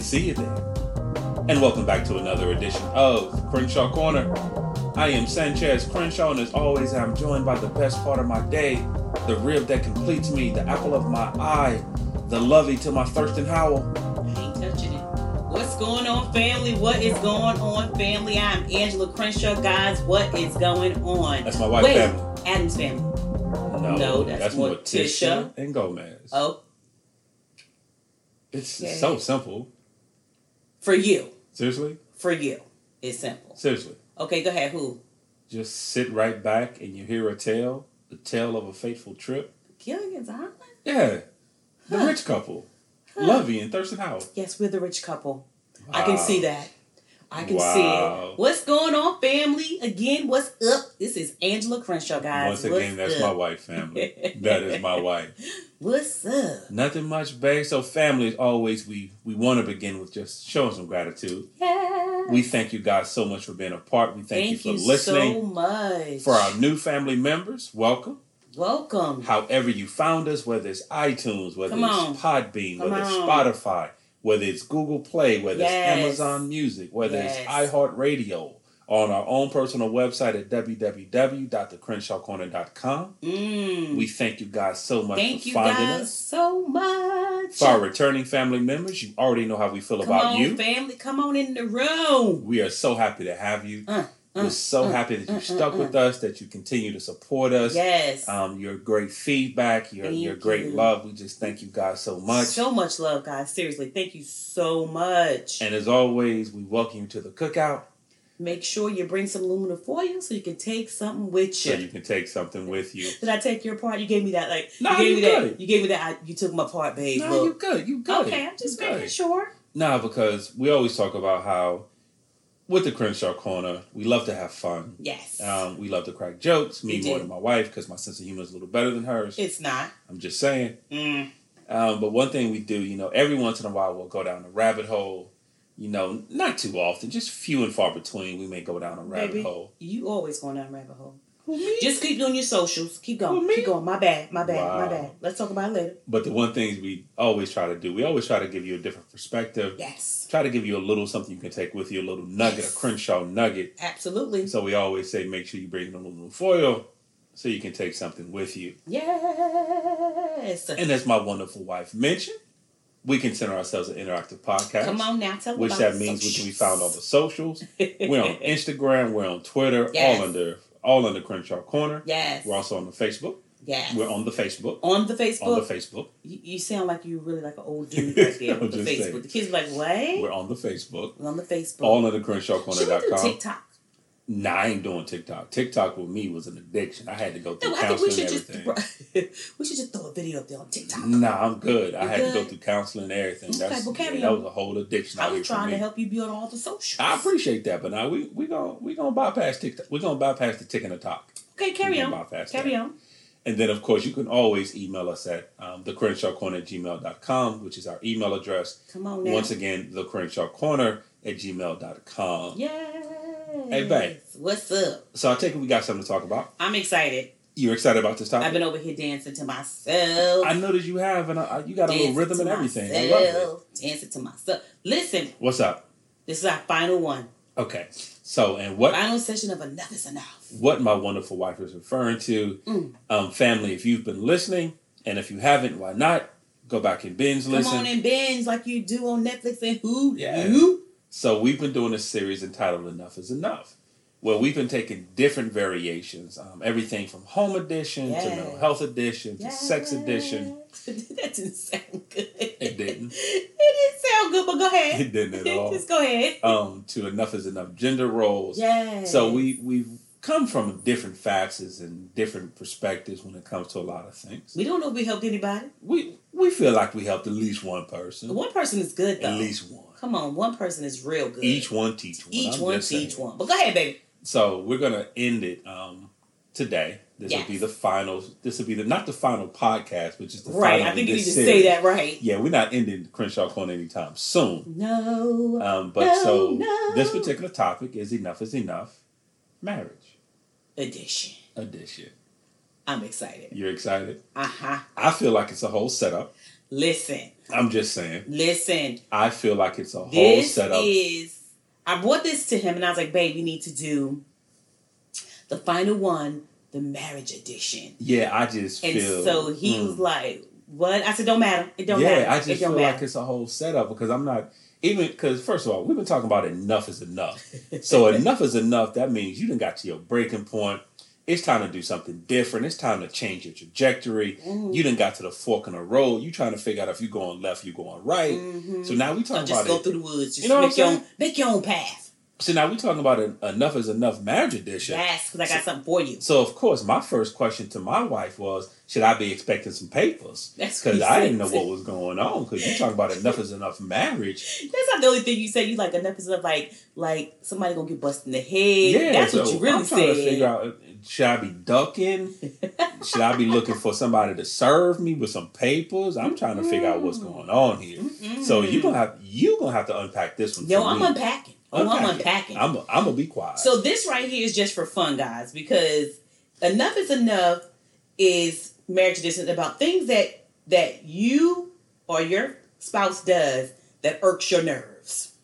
See you then. And welcome back to another edition of Crenshaw Corner. I am Sanchez Crenshaw, and as always, I'm joined by the best part of my day, the rib that completes me, the apple of my eye, the lovey to my Thurston Howell. I ain't touching it. What's going on, family? What is going on, family? I'm Angela Crenshaw, guys. What is going on? That's my wife, Wait. family. Adam's family. No, No, that's Morticia. and Gomez. Oh, it's okay. so simple. for you. Seriously? For you. It's simple. Seriously. Okay, go ahead. Who? Just sit right back and you hear a tale, the tale of a fateful trip. Gilligan's Island? Yeah, the Huh. rich couple, Huh. Lovey and Thurston Howell. Yes, we're the rich couple. I can Wow. see that. I can see Wow. it. What's going on, family? Again, what's up? This is Angela Crenshaw, guys. Once again, What's that's my up? wife, family. that is my wife. What's up? Nothing much, babe. So, family, as always, we we want to begin with just showing some gratitude. Yeah. We thank you guys so much for being a part. We thank, you for so listening. much. For our new family members, welcome. Welcome. However, you found us, whether it's iTunes, whether Come it's on. Podbean, Come whether it's on. Spotify, whether it's Google Play, whether Yes. it's Amazon Music, whether it's Yes. iHeartRadio, on our own personal website at www.thecrenshawcorner.com. Mm. We thank you guys so much Thank for you finding guys us. so much. For our returning family members, you already know how we feel Come about on, you. family. Come on in the room. We are so happy to have you. Uh, We're uh, so uh, happy that you uh, stuck uh, with us, that you continue to support us. Yes. Um, your great feedback, your Thank your great you. love. We just thank you guys so much. So much love, guys. Seriously, thank you so much. and as always, we welcome you to the cookout Make sure you bring some aluminum foil so you can take something with you. so you can take something with you. Did I take your part? You gave me that, like No, you gave you me good. that. You gave me that. I, you took my part, babe. No, you Look. good. You good. okay, I'm just you good. making sure. Nah, because we always talk about how with the Crenshaw Corner, we love to have fun. Yes. Um, we love to crack jokes. Me We more do. than my wife because my sense of humor is a little better than hers. it's not. I'm just saying. Mm. Um, but one thing we do, you know, every once in a while we'll go down a rabbit hole. You know, not too often, just few and far between. We may go down a rabbit Baby. hole. You always going down rabbit hole. Who me? Just keep doing your socials. Keep Who, going. me? Keep going. My bad. My bad. Wow. My bad. Let's talk about it later. But the one thing we always try to do, we always try to give you a different perspective. Yes. Try to give you a little something you can take with you, a little nugget, a Crenshaw nugget. Absolutely. So we always say, make sure you bring a little foil, so you can take something with you. Yes. And as my wonderful wife mentioned, we consider ourselves an interactive podcast. Come on now, tell which about that means we can be found on the socials. We're on Instagram. We're on Twitter. Yes. All under all under Crenshaw Corner. Yes. We're also on the Facebook. yes. We're on the Facebook. on the Facebook. On the Facebook. you, you sound like you really like an old dude right there I'm with the just Facebook. saying. The kids be like, what? We're on the Facebook. We're on the Facebook. All under Should we do CrenshawCorner.com. TikTok? Nah, I ain't doing TikTok. TikTok with me was an addiction. I had to go through No, I think we counseling should and just everything. we should just throw a video up there on TikTok. Nah, I'm good. I You had to go good? through counseling and everything. Okay, That's, well, carry yeah, that on. was a whole addiction. I out here was for trying me. to help you build all the socials. I appreciate that, but now we we gonna we gonna bypass TikTok. We gonna bypass the tick and the talk. okay, we carry gonna on. bypass that. Carry on. And then, of course, you can always email us at um, thecrenshawcorner at gmail.com, which is our email address. Come on now. Once again, thecrenshawcorner at gmail.com. Yes. Hey, babe. What's up? So I take it we got something to talk about. I'm excited. You're excited about this topic? I've been over here dancing to myself. I noticed you have, and I, I- you got a little dancing rhythm to and everything. I love it. myself, Dancing to myself. Listen, What's up? this is our final one. Okay. So, and what Final session of Enough is Enough. what my wonderful wife is referring to, Mm. um, family, if you've been listening, and if you haven't, why not? Go back and binge listen. Come on and binge like you do on Netflix and Hulu. Yeah. So we've been doing a series entitled "Enough Is Enough," where we've been taking different variations, um, everything from home edition to Yes. mental health edition to sex edition. that didn't sound good. It didn't. It didn't sound good, but go ahead. It didn't at all. Just go ahead. Um, to "Enough Is Enough" gender roles. Yeah. So we we've come from different facets and different perspectives when it comes to a lot of things. we don't know if we helped anybody. We we feel like we helped at least one person, One person is good though. Mm. at least one. Come on, one person is real good. Each one teach one. each I'm one, just saying. each one. But go ahead, baby. So we're gonna end it um, today. This will be Yes. the final. This will be the not the final podcast, but just the Right. Final I think of you need this to series. say that right. Yeah, we're not ending Crenshaw Corner anytime soon. No. Um, but No, so no. this particular topic is enough is enough, marriage Edition. edition. I'm excited. You're excited. Uh huh. I feel like it's a whole setup. Listen, I'm just saying. listen. I feel like it's a whole This setup. is. I brought this to him and I was like, babe, we need to do the final one, the marriage edition. yeah, I just And feel. so he Mm. was like, "What?" I said, "Don't matter. It don't yeah, matter. I it just don't feel like matter." it's a whole setup because I'm not even because first of all, we've been talking about enough is enough. so enough is enough. That means you done got to your breaking point. It's time to do something different. It's time to change your trajectory. Mhm. You done got to the fork in the road. You trying to figure out if you going left, you going right. Mhm. So now we So talking just about go it. through the woods. Just You know what make your I'm own, make your own path. so now we talking about an enough is enough marriage edition. Yes, because I got something for you. So of course, my first question to my wife was, should I be expecting some papers? That's what Because he I said. didn't know what was going on. Because you talking about enough is enough marriage. That's not the only thing you said. You like enough is enough. Like like somebody gonna get busted in the head. Yeah, that's so what you really I'm trying to figure said. out: uh, should I be ducking? should I be looking for somebody to serve me with some papers? I'm trying to figure out Mm-hmm. what's going on here. So you gonna have you gonna have to unpack this one. Mm. yo? for I'm me. unpacking. Oh, I'm Unpack it. unpacking. I'm I'm gonna be quiet. So this right here is just for fun, guys, because enough is enough is marriage distance about things that that you or your spouse does that irks your nerves.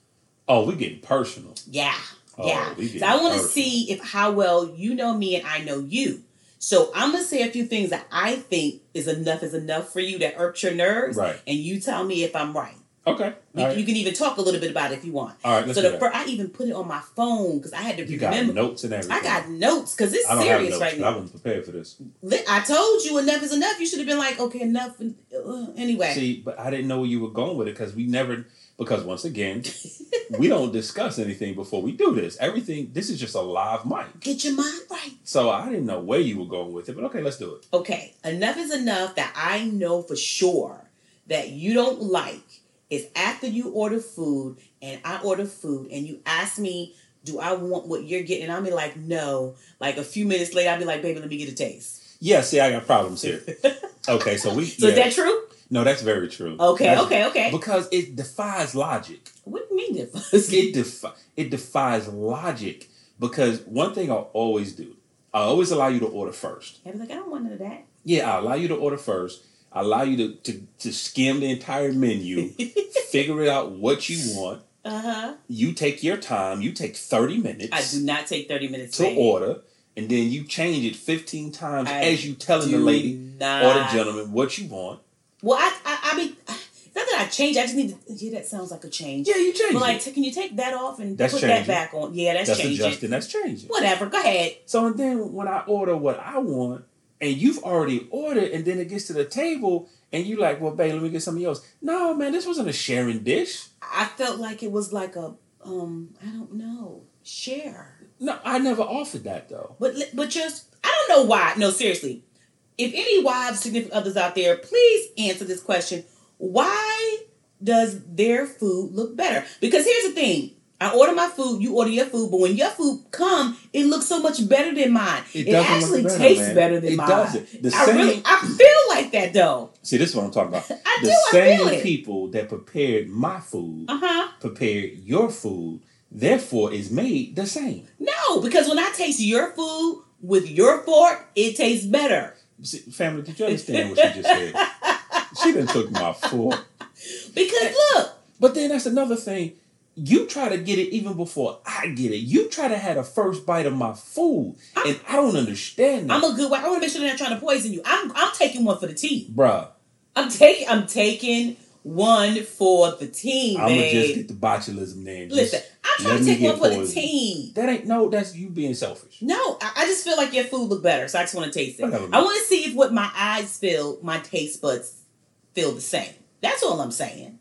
oh, we getting personal. Yeah. Oh, yeah. we getting So I want to personal. see if how well you know me and I know you. So I'm gonna say a few things that I think is enough is enough for you that irks your nerves, Right. and you tell me if I'm right. Okay. We, All right. You can even talk a little bit about it if you want. All right. Let's so do the that. fir- I even put it on my phone because I had to you got remember. notes and everything. I got notes because it's I don't have serious notes. right but I now. wasn't prepared for this. Li- I told you enough is enough. You should have been like, okay, enough. and- uh, anyway, See, but I didn't know where you were going with it because we never. Because once again, we don't discuss anything before we do this. Everything. This is just a live mic. get your mind right. So I didn't know where you were going with it, but okay, let's do it. Okay, enough is enough that I know for sure that you don't like is after you order food and I order food and you ask me, do I want what you're getting? I'll be like, no. Like a few minutes later, I'll be like, baby, let me get a taste. Yeah, see, I got problems here. Okay, so we. So yeah. is that true? no, that's very true. Okay, That's- okay, okay. Because it defies logic. what do you mean if It defi- it defies logic because one thing I always do, I always allow you to order first. I'll be like, I don't want none of that. Yeah, I allow you to order first. I allow you to to, to skim the entire menu, figure out what you want. Uh huh. You take your time. You take thirty minutes. I do not take 30 minutes to babe. order, and then you change it 15 times I as you telling the do lady not. or the gentleman what you want. Well, I, I, I mean, it's not that I change. I just need to. Yeah, that sounds like a change. Yeah, you change But like, it. t- can you take that off and That's put that changing. back on? Yeah, that's, That's changing. adjusting, that's changing. Whatever. Go ahead. So and then when I order what I want, and you've already ordered, and then it gets to the table, and you like, well, babe, let me get something else. No, man, this wasn't a sharing dish. I felt like it was like a um. I don't know. Share. No, I never offered that though. But li- but just I don't know why. No, seriously. If any wives, significant others out there, please answer this question. Why does their food look better? Because here's the thing. I order my food, you order your food, but when your food come, it looks so much better than mine. It, doesn't look actually better, tastes man. better than it mine. doesn't. The I same. really I feel like that though. see, this is what I'm talking about. I the do, I same feel it. people that prepared my food Uh-huh. prepared your food, therefore is made the same. No, because when I taste your food with your fork, it tastes better. See, Family, did you understand what she just said? she done took my fork. Uh, Because look, But then that's another thing. You try to get it even before I get it. You try to have a first bite of my food, and I don't understand that, I'm a good wife. I want to make sure they're not trying to poison you. I'm I'm taking one for the team. bruh. I'm taking I'm taking one for the team, I'm gonna just babe. get the botulism then. Just Listen, I'm trying let to me take one get for the poisoned. team. That ain't no. That's you being selfish. No, I, I just feel like your food look better, so I just want to taste it. Whatever, I man. want to see if what my eyes feel, my taste buds feel the same. That's all I'm saying.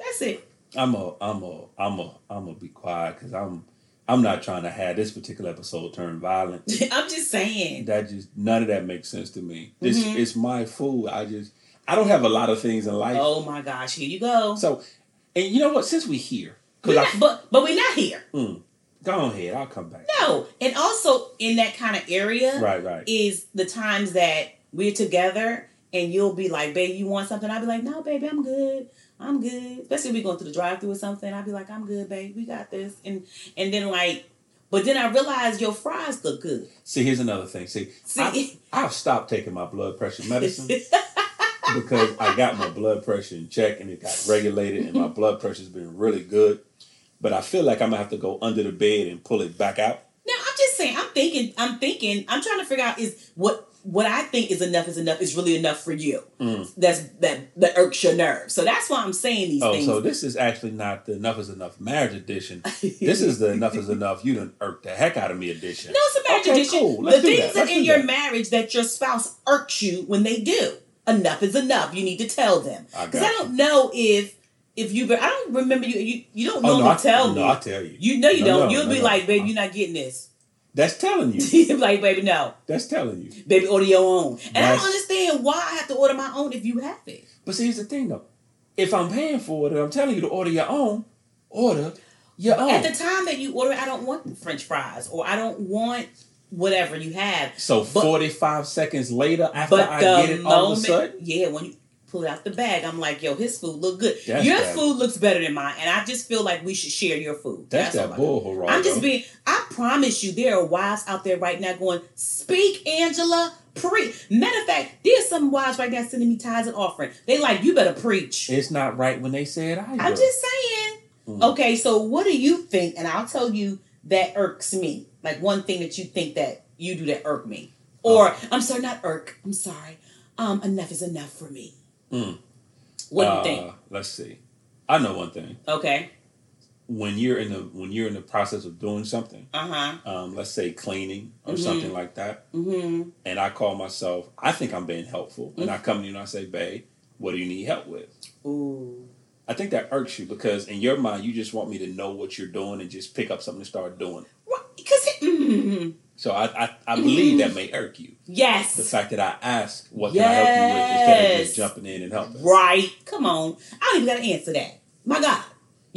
That's it. I'm a. I'm a. I'm a. I'm a be quiet because I'm. I'm not trying to have this particular episode turn violent. I'm just saying. that just none of that makes sense to me. This Mm-hmm. it's my food. I just I don't have a lot of things in life. Oh my gosh, here you go. So, and you know what? Since we here, We're because I not- but but we're not here. mm, go ahead, I'll come back. No, and also in that kind of area, Right, right. is the times that we're together and you'll be like, babe, you want something? I'll be like, no, baby, I'm good. I'm good. Especially if we going through the drive through or something. I'll be like, I'm good, babe. We got this. And and then like, but then I realized your fries look good. See, here's another thing. See, See? I, I've stopped taking my blood pressure medicine because I got my blood pressure in check and it got regulated and my blood pressure's been really good. But I feel like I'm gonna have to go under the bed and pull it back out. Now I'm just saying, I'm thinking, I'm thinking, I'm trying to figure out is what what I think is enough is enough is really enough for you. Mm. That's that that irks your nerve. So that's why I'm saying these Oh, things. so this is actually not the enough is enough marriage edition. This is the enough is enough. You done irked the heck out of me edition. no, it's a marriage Okay, tradition. cool. The Let's do things that. that Let's in do your that. marriage that your spouse irks you when they do. Enough is enough. You need to tell them I because got I you. don't know if if you. I don't remember you. You, you don't normally Oh, no, I, tell no, me. I tell you. you know you No, don't. no, You'll no, be no. like, babe, you're not getting this. That's telling you. You'll be like, baby, no, That's telling you. baby, order your own. And I That's- don't understand why I have to order my own if you have it. But see, here's the thing though. If I'm paying for it, and I'm telling you to order your own. Order your own. At the time that you order, I don't want the French fries or I don't want whatever you have. so but- 45 seconds later, after But I the get it, moment, all of a sudden, yeah, when you pull it out the bag, I'm like, yo, his food look good. That's your that- food looks better than mine, and I just feel like we should share your food. that's, that all I- bull hurrah. I'm just though. being. I promise you, there are wives out there right now going, "Speak, Angela, preach." Matter of fact, there's some wives right now sending me tithes and offering. They like, "You better preach." It's not right when they say it either. I'm just Oh, saying. Mm. Okay, so what do you think? And I'll tell you that irks me. Like one thing that you think that you do that irk me, or Oh. I'm sorry, not irk. I'm sorry. Um, enough is enough for me. Mm. What do Uh, you think? Let's see. I know one thing. Okay. When you're in the when you're in the process of doing something, Uh huh. um, let's say cleaning or Mhm. something like that, Mm-hmm. and I call myself, I think I'm being helpful, and I come to you and I say, "Babe, what do you need help with?" Ooh. I think that irks you because in your mind you just want me to know what you're doing and just pick up something and start doing. it. Because mm-hmm. So I I, I believe that may irk you. yes. The fact that I ask what can I help you with instead of Yes. just jumping in and helping. Right. Come on. I don't even gotta answer that. My God.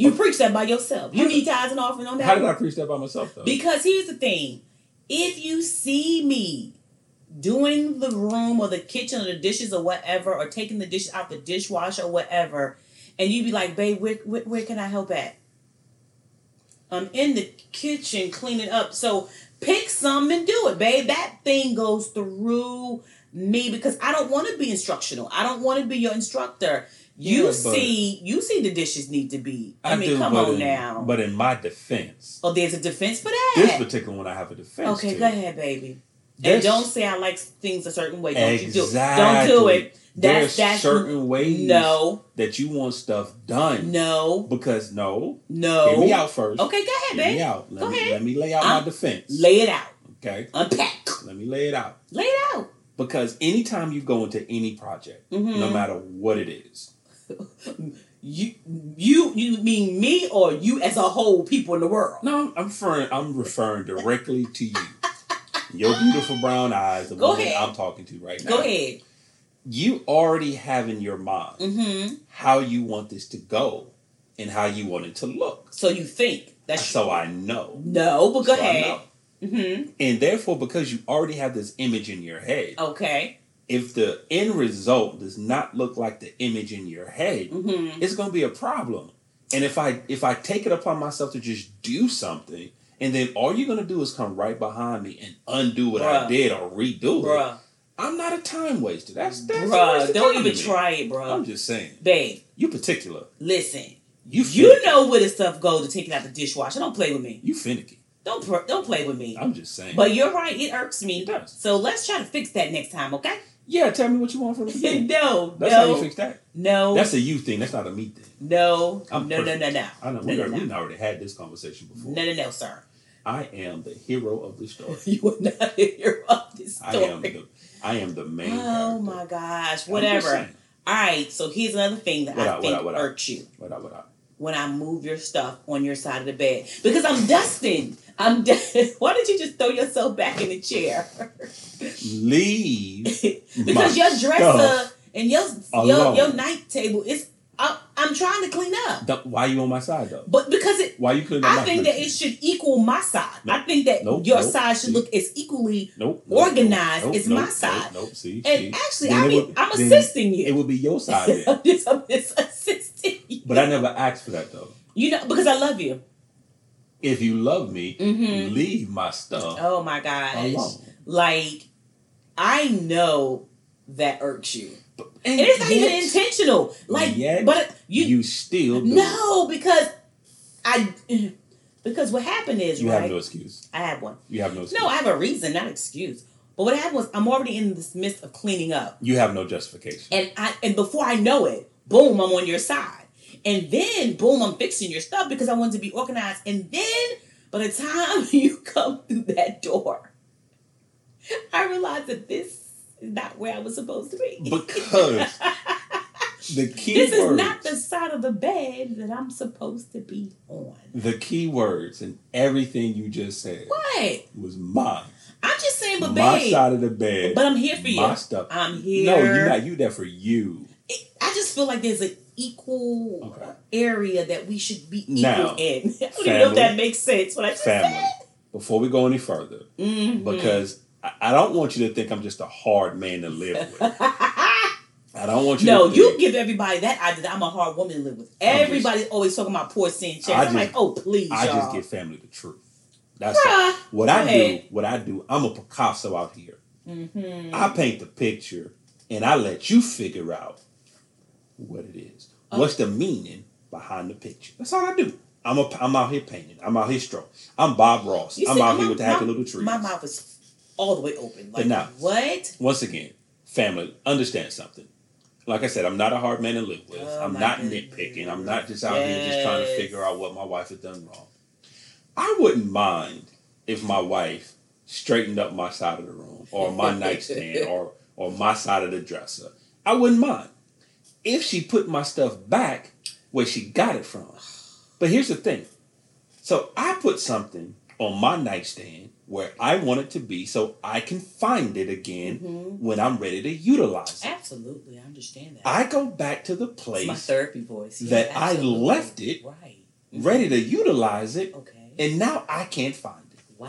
You preach that by yourself. You need tithes and offering on that. How did I preach that by myself though? Because here's the thing. If you see me doing the room or the kitchen or the dishes or whatever, or taking the dishes out the dishwasher or whatever, and you be like, babe, where, where, where can I help at? I'm in the kitchen cleaning up. So pick some and do it, babe. That thing goes through me because I don't want to be instructional. I don't want to be your instructor. You Yeah, but- see, you see the dishes need to be. I, mean, do, come but on in- now. But in my defense, oh, there's a defense for that. this particular one I have a defense. Okay, to. go ahead, baby. There's- and don't say I like things a certain way. Don't Exactly. you do? Don't do it. There's That's that's certain ways no, that you want stuff done. no, Because no, no. hear me out first. Okay, go ahead, Hear me baby. out. Let Go me ahead. let me lay out my I'm- defense. Lay it out. okay. Unpack. Let me lay it out. Lay it out. Because anytime you go into any project, Mhm. no matter what it is, You you you mean me or you as a whole people in the world? no, I'm referring I'm referring directly to you. Your beautiful brown eyes, the Go woman ahead. I'm talking to right now. Go ahead. You already have in your mind Mm-hmm. how you want this to go and how you want it to look. So you think that's So I know. no, but Oh, go So I know. ahead. Mm-hmm. And therefore, because you already have this image in your head, Okay. if the end result does not look like the image in your head, Mm-hmm. it's going to be a problem. And if I if I take it upon myself to just do something, and then all you're going to do is come right behind me and undo what I Bruh. did or redo it, Bruh, I'm not a time waster. That's that's a waste bruh, of don't time even to me. try it, I'm bruh. just saying, Babe, you particular, listen. you You finicky. know where the stuff goes to taking out the dishwasher. Don't play with me. you finicky. Don't pr- don't play with me. I'm just saying. But you're right. It irks me. It does. So let's try to fix that next time, okay? yeah, tell me what you want from me. no, That's how you no, fix that. no, That's a you thing. That's not a me thing. no, no, I'm no, no, no, no, I know no, we no, already, no, we've already had this conversation before. no, no, no, sir. I am the hero of the story. You are not here of this I story. am the I am the main. oh character. my gosh! I'm just Whatever. saying. All right. So here's another thing that What I up, what think up, what up? irks you. What up? What up? when I move your stuff on your side of the bed because I'm dusting. I'm dusting. Why did you just throw yourself back in the chair? Leave. because your dresser and your your, alone. your night table is. I, I'm trying to clean up, Don't- why you on my side though? but because it, Why you couldn't? I think that it should equal my side. I Nope. think that Nope, your nope. side should See. look as equally. nope, organized is my nope, side. Nope, nope, see, see. And actually, Then I it mean, would- I'm then assisting It you. would be your side, then. I'm just, I'm just assisting you. but I never asked for that though. You know, because I love you. If you love me, Mhm. leave my stuff Oh my gosh. alone. Like, I know that irks you. And it's not even intentional. Like, Yet, but you, you, still do. it. no, because I because what happened is You right. have no excuse. I had one. You have no excuse. No, I have a reason, not excuse. But what happened was I'm already in this midst of cleaning up, you have no justification. and I and before I know it, boom, I'm on your side, and then boom, I'm fixing your stuff because I wanted to be organized, and then by the time you come through that door, I realized that this is not where I was supposed to be. Because the key this words, is not the side of the bed that I'm supposed to be on. the key words and everything you just said What? was mine. I'm just saying, but my babe, side of the bed. but I'm here for you. my stuff. I'm here. No, you're not. You there for you. It- I just feel like there's an equal Okay. area that we should be equal Now, in. I don't even know if family. that makes sense. What I just Family. said. Before we go any further, Mhm. because I, I don't want you to think I'm just a hard man to live with. I don't want you. no, to you think, give everybody that idea that I'm a hard woman to live with. just- Everybody's always talking about poor sin checks. I I'm just- like, oh please, I y'all. just give family the truth. That's it. Bruh. what I Go do. ahead. What I do. I'm a Picasso out here. Mhm. I paint the picture and I let you figure out what it is. Oh. What's the meaning behind the picture? That's all I do. I'm a, I'm out here painting. I'm out here strong. I'm Bob Ross. You I'm see, out here my- with the happy my- little tree. My mouth is all the way open. Like now- what? Once again, family, understand something. Like I said, I'm not a hard man to live with. Oh, I'm my not goodness. nitpicking. I'm not just out here just trying to Yes. figure out what my wife has done wrong. I wouldn't mind if my wife straightened up my side of the room or my nightstand or or my side of the dresser. I wouldn't mind. If she put my stuff back where she got it from. But here's the thing. So I put something on my nightstand where I want it to be so I can find it again Mhm. when I'm ready to utilize it. Absolutely, I understand that. I go back to the It's my place therapy voice. Yeah, that I absolutely. left it. Right. ready to utilize it, Okay. and now I can't find it. wow.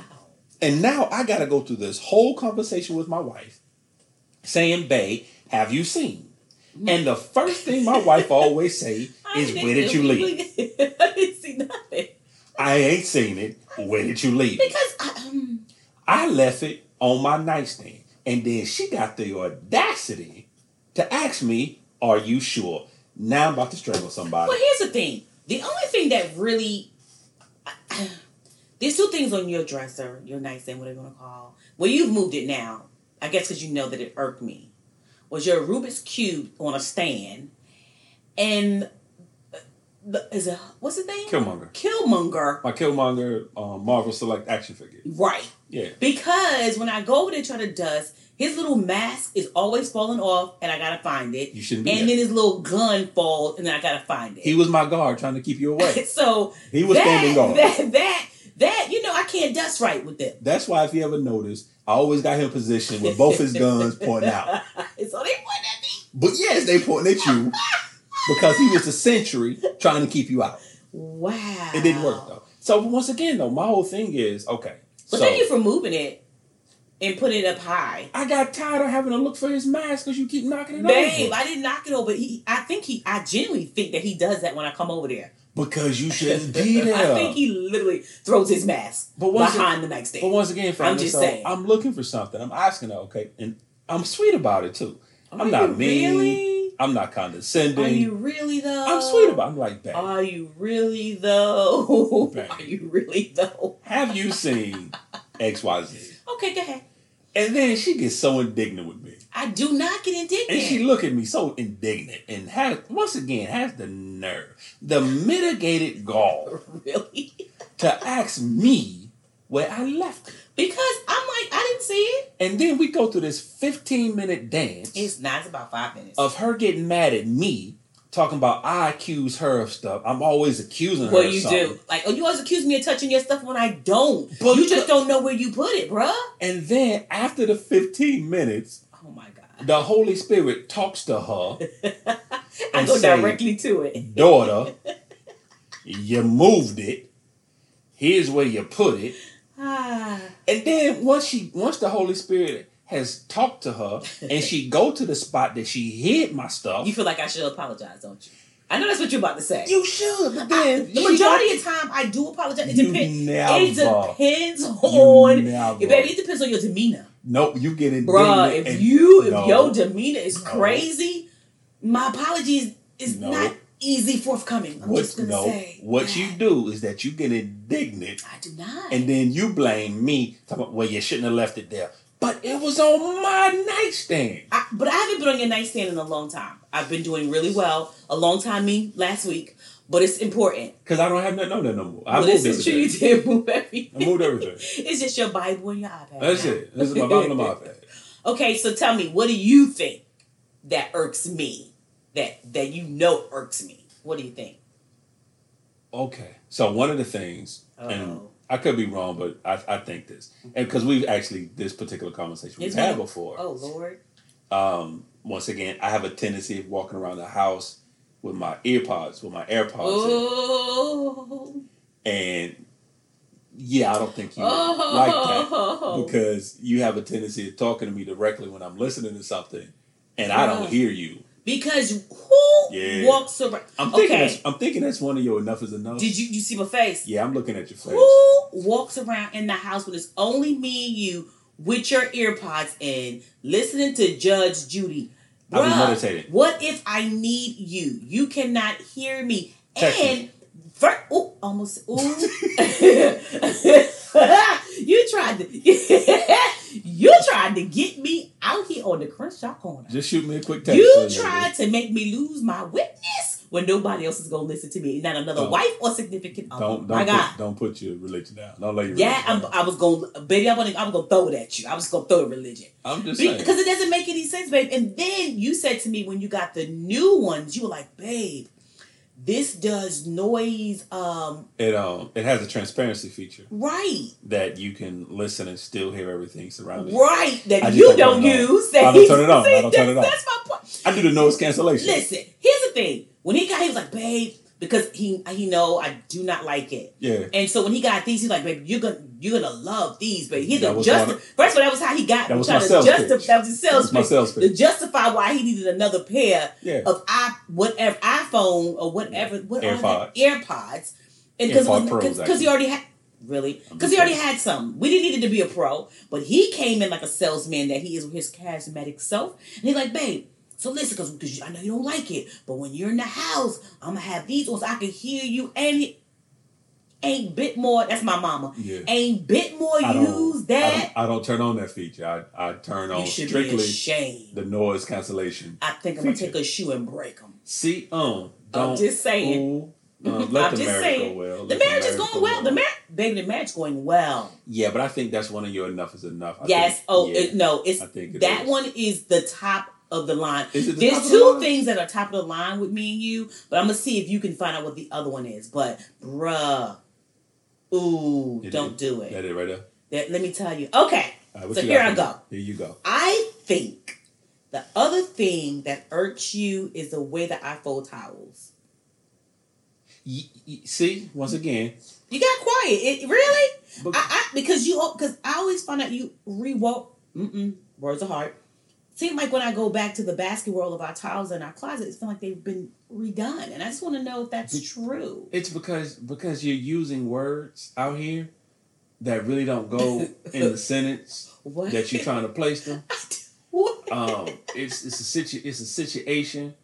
And now I got to go through this whole conversation with my wife saying, Babe, have you seen? And the first thing my wife always say is, Where did you leave? leave? I didn't see nothing. I ain't seen it. Where did you leave? it?" Because I, um, I left it on my nightstand. And then she got the audacity to ask me, Are you sure? Now I'm about to strangle somebody. well, here's the thing. The only thing that really there's two things on your dresser, your nightstand, whatever you want to call. Well, you've moved it now. I guess because you know that it irked me. Was your Rubik's cube on a stand, and uh, the, is it what's the name? Killmonger. Killmonger. My Killmonger um, Marvel Select action figure. Right. Yeah. Because when I go over there to try to dust, his little mask is always falling off, and I gotta find it. You shouldn't be. And there. then his little gun falls, and then I gotta find it. He was my guard trying to keep you away. so He was that, standing guard. That, that that you know, I can't dust right with them. That's why, if you ever notice, I always got him positioned with both his guns pointing out. so they point at me. But yes, they pointing at you because he was a century trying to keep you out. Wow. It didn't work though. So once again, though, my whole thing is okay. But so thank you for moving it and putting it up high. I got tired of having to look for his mask because you keep knocking it Babe, over. I didn't knock it over. He, I think he, I genuinely think that he does that when I come over there. because you shouldn't be there. I think he literally throws his mask But once it- behind the nightstand. But once again, family, just so saying. I'm looking for something. I'm asking her, okay, and I'm sweet about it too. Are I'm not you mean. Really? I'm not condescending. Are you really though? I'm sweet about. It. I'm like, babe, Are you really though? Babe. Are you really though? have you seen X Y Z? Okay, go ahead. And then she gets so indignant with me. I do not get And indignant. she look at me so indignant and has once again has the nerve, the mitigated gall really? to ask me where I left it. Because I'm like, I didn't see it. And then we go through this 15 minute dance It's not. It's about five minutes. of her getting mad at me, talking about I accuse her of stuff. I'm always accusing her Well, of you something. do. Like, oh, you always accuse me of touching your stuff when I don't. But- you just don't know where you put it, bruh. And then after the 15 minutes, Oh my god. the Holy Spirit talks to her I and go say- directly to it. daughter, you moved it. Here's where you put it. Ah. And then once she once the Holy Spirit has talked to her and she go to the spot that she hid my stuff, You feel like I should apologize, don't you? I know that's what you're about to say. you should. But I- then the she majority got- of time I do apologize. It You depends. never. It depends on never. baby. It depends on your demeanor. Nope, you get it. Bruh, then- if and- you if no. your demeanor is No. crazy, my apologies is No. not easy forthcoming. I'm what, just gonna no, say what you do is that you get indignant I do not. and then you blame me. Talking about, well, you shouldn't have left it there. But it was on my nightstand. I, but I haven't been on your nightstand in a long time. I've been doing really well. A long time me last week, but it's important. Because I don't have nothing on there no more. I but moved this is true. You everything. did move I everything. moved everything. It's just your Bible and your iPad. That's now. it. This is my Bible and my iPad. Okay, so tell me, what do you think that irks me? That that you know irks me. What do you think? Okay. So one of the things, and Uh-oh. I could be wrong, but I, I think this, and because we've actually this particular conversation we've It's had one- before. Oh Lord. Um, once again, I have a tendency of walking around the house with my earpods, with my AirPods, Oh. in, and yeah, I don't think you would like that Oh. because you have a tendency of talking to me directly when I'm listening to something, and I don't Oh. hear you. Because who Yeah. walks around? I'm thinking okay. that's, I'm thinking that's one of your enough is enough. Did you you see my face? yeah, I'm looking at your face. Who walks around in the house when it's only me and you with your earpods in, listening to Judge Judy? I was Bruh, meditating. What if I need you? You cannot hear me. Text and me. fir- ooh, almost ooh. you tried to you tried to get me out here on the Crenshaw corner. Just shoot me a quick text. so You know. tried to make me lose my witness when nobody else is gonna listen to me, not another Don't. wife or significant other. Don't my don't God. put, don't put your religion down. Don't let your Yeah, religion I'm, down. I was gonna, baby. I'm gonna, I'm gonna throw it at you. I was gonna throw the religion I'm just saying. because it doesn't make any sense, babe. And then you said to me when you got the new ones, you were like, babe, this does noise, um, it um it has a transparency feature right, that you can listen and still hear everything surrounding. you. right, that I just you don't don't turn it on. use. I That don't turn it on. I See, don't turn it on. That's my point. I do the noise cancellation. Listen, here's the thing. When he got, he was like, babe, because he he know I do not like it. Yeah. And so when he got these, he's like, "Baby, you're gonna you're gonna love these, baby." He's That gonna was justify. one of- First of all, that was how he got. That was trying my to sales justi- pitch. That was his sales That's my pitch. sales to pitch. justify why he needed another pair Yeah. of i whatever iPhone or whatever what are they? AirPods, and AirPod Pros, because actually. he already had really I'm because just he already saying. had some. We didn't need it to be a pro, but he came in like a salesman that he is with his charismatic self, and he's like, "Babe." So listen, because I know you don't like it, but when you're in the house, I'm gonna have these ones. I can hear you and ain't bit more. That's my mama. Yeah. Ain't bit more I don't, use I that. don't, I don't turn on that feature. I, I turn on You should be strictly ashamed. the noise cancellation. I think I'm gonna Feature. take a shoe and break them. See, um, I'm don't. just saying. Ooh, um, let I'm the just marriage saying. go well. The Let marriage is going go well. The marriage, baby, the marriage going well. yeah, but I think that's one of your enough is enough. I yes. think- oh yeah. it, no, it's I think it that is. one is the top of the line. Is it the top of There's the two line? things that are top of the line with me and you, but I'm gonna see if you can find out what the other one is. But bruh, ooh, It don't do it. That it right there. That- let me tell you. Okay, All right, what so you here got for I me? go. Here you go. I think the other thing that irks you is the way that I fold towels. Y- y- see, once again, You got quiet. It really? but- I, I because you because I always find out you rewalk. Mm-mm, words of heart. Seem like when I go back to the basket roll of our towels in our closet, it's feel like they've been redone, and I just want to know if that's Be- true. It's because because you're using words out here that really don't go in the sentence What? that you're trying to place them. What? Um, it's it's a situ it's a situation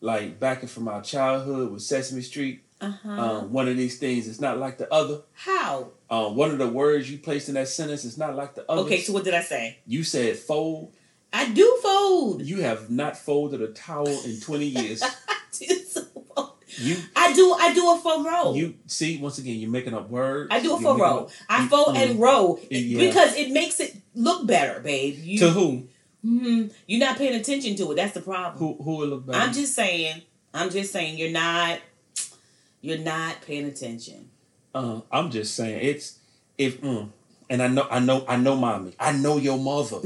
like back from our childhood with Sesame Street. Uh-huh. Um, one of these things is not like the other. How? Um, one of the words you placed in that sentence is not like the other. Okay, so what did I say? you said fold. I do fold. You have not folded a towel in twenty years. I do so fold. You I do. I do a faux roll. you see once again you're making up words. Oh. I do it You're for making roll. up- I you- fold mm. and roll Yeah. because it makes it look better, babe. You, To whom? Mhm. you're not paying attention to it. That's the problem. Who who will look better? I'm just saying. I'm just saying. You're not. You're not paying attention. Uh, I'm just saying it's if mm, and I know I know I know mommy. I know your mother.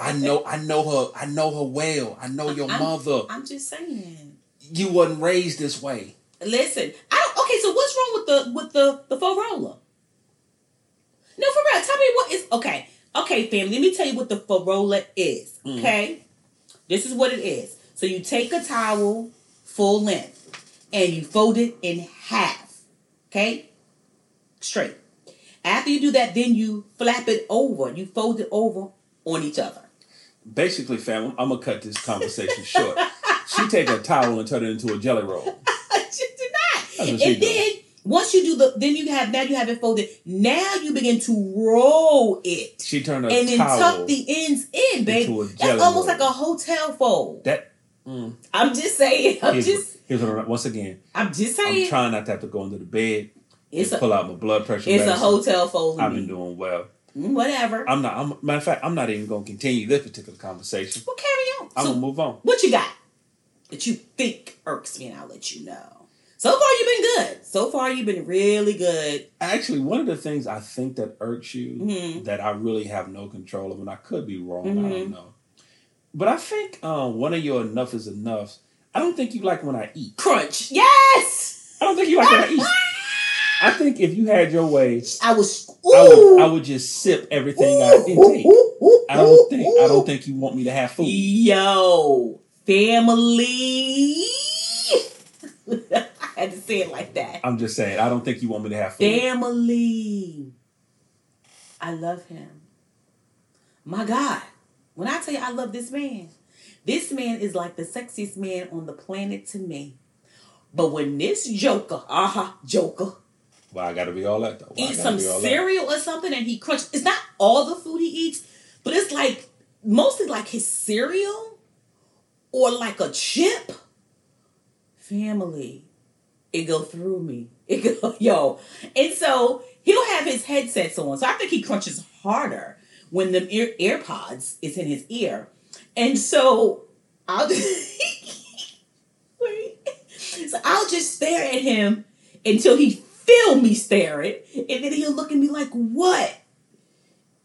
I know I know her. I know her well. I know your I'm- mother. I'm just saying. You wasn't raised this way. Listen. I don't. Okay. So what's wrong with the with the the faux roller? No, for real. Tell me what is okay. Okay, family. Let me tell you what the farola is. Mm. Okay, this is what it is. So you take a towel, full length, and you fold it in half. Okay, straight. After you do that, then you flap it over. You fold it over on each other. Basically, fam, I'm gonna cut this conversation short. She take a towel and turn it into a jelly roll. you do not. That's what she And then once you do the, then you have now you have it folded. Now you begin to roll it She turned a and then towel tuck the ends in, baby. into a jelly That's almost roll. like a hotel fold. that. Mm, I'm just saying. I'm here's, just. what- here's what I'm, once again. I'm just I'm saying. trying not to have to go into the bed. it's and a. pull out my blood pressure. It's a medicine. hotel fold. I've been doing well. doing whatever. I'm not. I'm, matter of fact, I'm not even gonna continue this particular conversation. well, carry on. I'm so gonna move on. What you got that you think irks me, and I'll let you know. So far, you've been good. So far, you've been really good. Actually, one of the things I think that irks you Mhm. that I really have no control of, and I could be wrong. I Mhm. don't know. But I think um, one of your enough is enoughs. I don't think you like when I eat. Crunch. Yes. I don't think you like when I eat. I think if you had your way, I was. Ooh. I would, I would just sip everything I Ooh, ooh, intake. ooh, ooh, I don't think I ooh. don't think you want me to have food. Yo, family. I had to say it like that. I'm just saying I don't think you want me to have food. Family. I love him. My God. When I tell you I love this man, this man is like the sexiest man on the planet to me. But when this joker, uh-huh, joker, Why I gotta be all that though? Why I eat gotta some be all that? cereal or something and he crunches. It's not all the food he eats, but it's like mostly like his cereal or like a chip. Family, it go through me. It go yo, and so he'll have his headsets on. So I think he crunches harder when the ear AirPods is in his ear, and so I'll just wait. So I'll just stare at him until he feel me staring, and then he'll look at me like, "What?"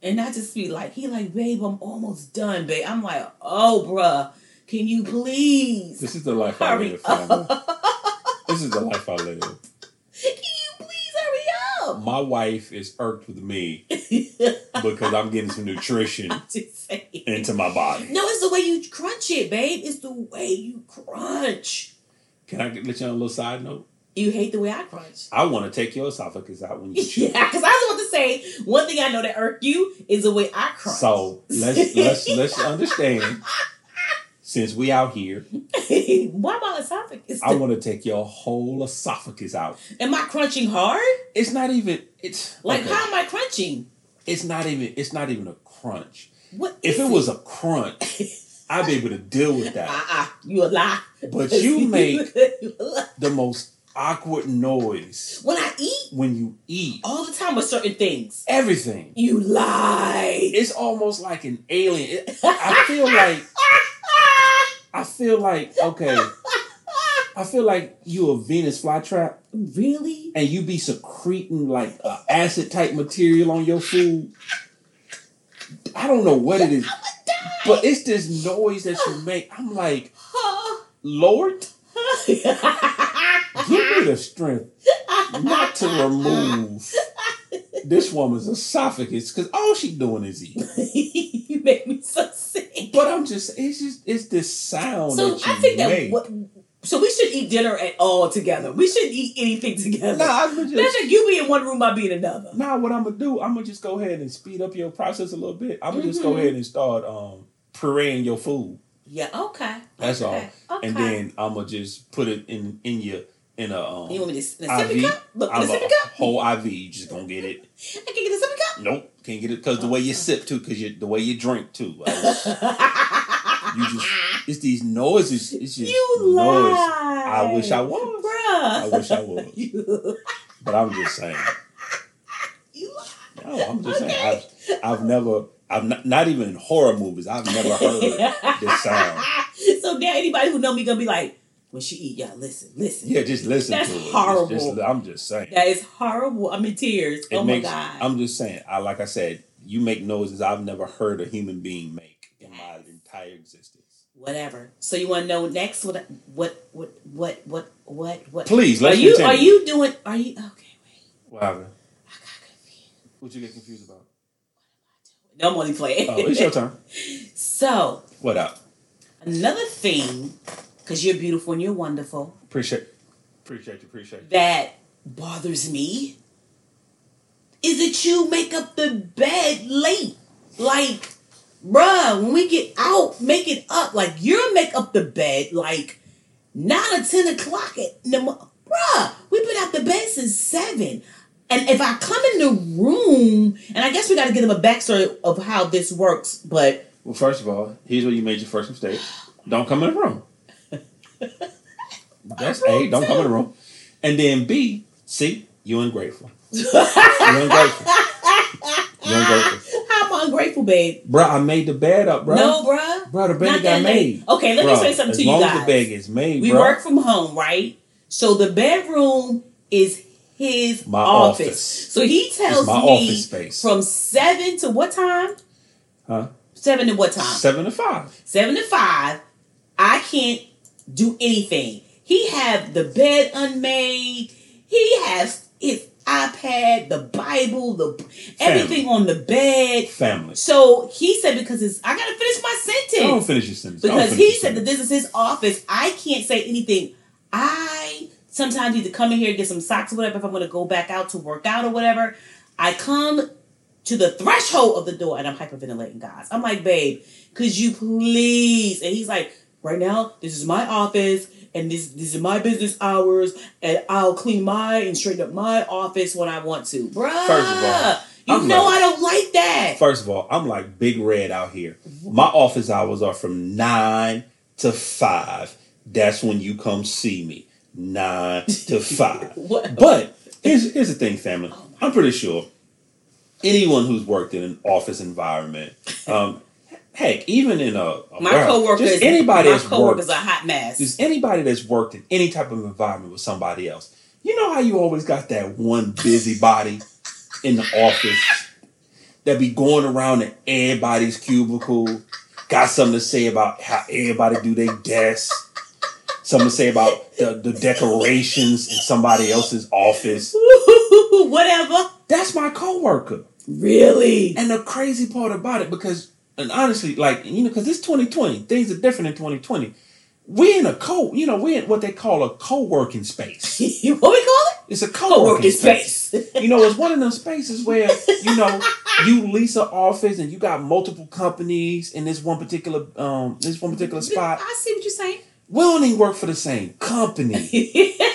And I just be like, "He like, babe, I'm almost done, babe." I'm like, "Oh, bruh, can you please, This is the life I Hurry live, family. this is the life I live. can you please hurry up?" My wife is irked with me because I'm getting some nutrition I'm just saying. into my body. No, it's the way you crunch it, babe. It's the way you crunch. Can I get- let you on a little side note? You hate the way I crunch. I want to take your esophagus out when you chew. Yeah, because I was about to say one thing I know that irk you is the way I crunch. So let's let's let's understand. Since we out here, why my esophagus? I want to take your whole esophagus out. Am I crunching hard? It's not even. It's Like, okay, how am I crunching? It's not even. It's not even a crunch. What If is it was a crunch, I'd be able to deal with that. uh-uh, you a lie. But you make You a lie. the most awkward noise when I eat when you eat all the time with certain things. everything. You lie. It's almost like an alien. It- I feel like I feel like okay. I feel like you a Venus flytrap really? and you be secreting like uh, acid type material on your food. I don't know what it is, I'm a die. but it's this noise that you make. I'm like, Lord, give me the strength not to remove this woman's esophagus because all she doing is eat. you make me so sick. But I'm just, it's just, it's this sound So that you I think that. make. What, so we should eat dinner at all together. We shouldn't eat anything together. nah, I'm gonna That's just. like you be in one room, I be in another. Nah, what I'm gonna do? I'm gonna just go ahead and speed up your process a little bit. I'm gonna just go Mhm. ahead and start um pureeing your food. Yeah. Okay. That's all. okay. Okay. and then I'm gonna just put it in in your in a um, you want me to in a sippy IV. cup? Look, in a I'm sippy a cup. whole IV. You just gonna get it. I can get a sippy cup. Nope, can't get it because the way you sip too, because you the way you drink too. Uh, you you just it's these noises. It's just noise. lie. I wish I was, Bruh. I wish I was. you, but I'm just saying. you lie. No, I'm just Okay. saying. I've, I've never. I've not, not even in horror movies. I've never heard. this sound. so now anybody who know me gonna be like, when she eat, y'all listen, listen. Yeah, just listen That's to it. It's horrible. just- I'm just saying. That is horrible. I'm in tears. It oh makes, my god. I'm just saying. I like I said, you make noises I've never heard a human being make in my entire existence. Whatever. So you wanna know next what what what what what what what Please, are let's you continue. are you doing are you okay, wait. What happened? I got confused. What you get confused about? No, I'm only playing. Oh, it's your turn. so What up? another thing, because you're beautiful and you're wonderful, Appreciate, appreciate you, appreciate you. that bothers me is that you make up the bed late. Like, bruh, when we get out, make it up. Like, you'll make up the bed like 9 or 10 o'clock at the mo- Bruh, we've been out the bed since 7. And if I come in the room, and I guess we got to give them a backstory of how this works, but Well, first of all, here's where you made your first mistake. Don't come in the room. That's A, don't come in the room. And then B, see, you ungrateful. you ungrateful. You ungrateful. I'm ungrateful, babe. Bruh, I made the bed up, bruh. No, bruh. Bruh, the Not bed that got late. made. Okay, let me Bruh, say something as to you long guys. As the bed gets made, We bruh. work from home, right? So the bedroom is his My office. office. So he tells It's my me office space. from seven to what time? Huh? Seven to what time? Seven to five. Seven to five. I can't do anything. He have the bed unmade. He has his iPad, the Bible, the everything on the bed. Family. So he said because it's I gotta finish my sentence. Don't finish your sentence. Don't Because finish he your said that sentence. this is his office. I can't say anything. I sometimes need to come in here and get some socks or whatever if I'm going to go back out to work out or whatever. I come to the threshold of the door and I'm hyperventilating, guys. I'm like, babe, could you please? And he's like, right now, this is my office and this these are my business hours and I'll clean my and straighten up my office when I want to. Bruh. First of all, you I'm know like- I don't like that. First of all, I'm like Big Red out here. My office hours are from nine to five. That's when you come see me. Nine to five. What? But here's, here's the thing, family. I'm pretty sure anyone who's worked in an office environment, um, heck, even in a, a my warehouse, coworkers, just anybody my that's coworkers worked, are hot mess. just anybody that's worked in any type of environment with somebody else. You know how you always got that one busybody in the office that be going around in everybody's cubicle, got something to say about how everybody do their desk, something to say about the, the decorations in somebody else's office. Whatever. That's my coworker. Really? And the crazy part about it, because and honestly, like you know, because it's 2020, things are different in 2020. We're in a co, you know, we're in what they call a co-working space. what we call it? It's a co-working, Co-working space. space. You know, it's one of them spaces where you know you lease an office and you got multiple companies in this one particular um this one particular spot. I see what you're saying. We don't even work for the same company.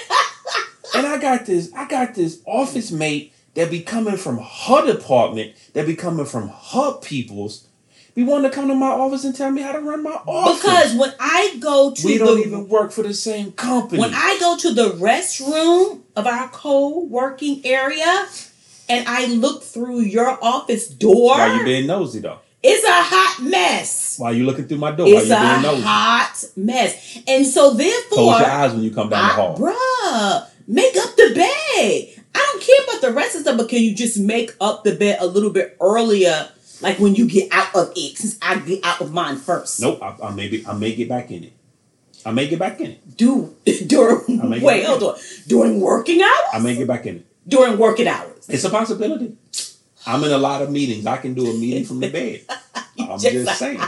And I got this, I got this office mate that be coming from her department, that be coming from her peoples, be wanting to come to my office and tell me how to run my office. because when I go to we the, don't even work for the same company. when I go to the restroom of our co-working area and I look through your office door, why you being nosy though? it's a hot mess. Why you looking through my door? It's a why you being nosy? hot mess. And so Close your therefore, eyes when you come down the hall. I, bruh, make up the bed. I don't care about the rest of stuff, but can you just make up the bed a little bit earlier, like when you get out of it, since I get out of mine first? nope, I, I may be, I may get back in it. I may get back in it. Do I during make wait, it hold on. During working hours? I may get back in it. during working hours. It's a possibility. I'm in a lot of meetings. I can do a meeting from the bed. I'm just- just saying.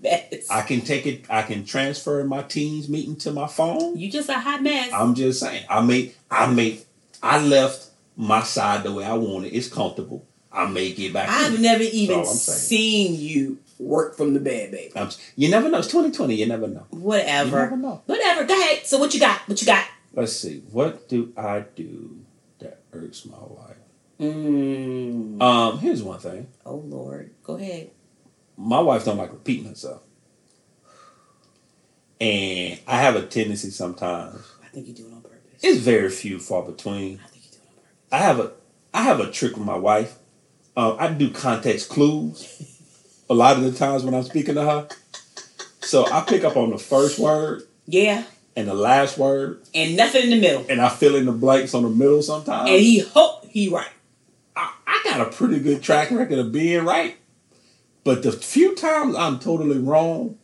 Mess. I can take it. I can transfer my teams meeting to my phone. you just a hot mess. I'm just saying. I may. I may. I left my side the way I want it. It's comfortable. I may get back. I've in it. never even That's all I'm saying. seen you work from the bed, baby. I'm- you never know. It's 2020. You never know. You never Whatever. know. Whatever. Go ahead. So what you got? What you got? Let's see. What do I do that irks my wife? Mm. Um. Here's one thing. Oh Lord. Go ahead. My wife don't like repeating herself. And I have a tendency sometimes. I think you do it on purpose. It's very few, far between. I think you do it on purpose. I have a I have a trick with my wife. Uh, I do context clues a lot of the times when I'm speaking to her. So I pick up on the first word Yeah, and the last word, and nothing in the middle. and I fill in the blanks on the middle sometimes. And he hope he right. I, I got a pretty good track record of being right. But the few times I'm totally wrong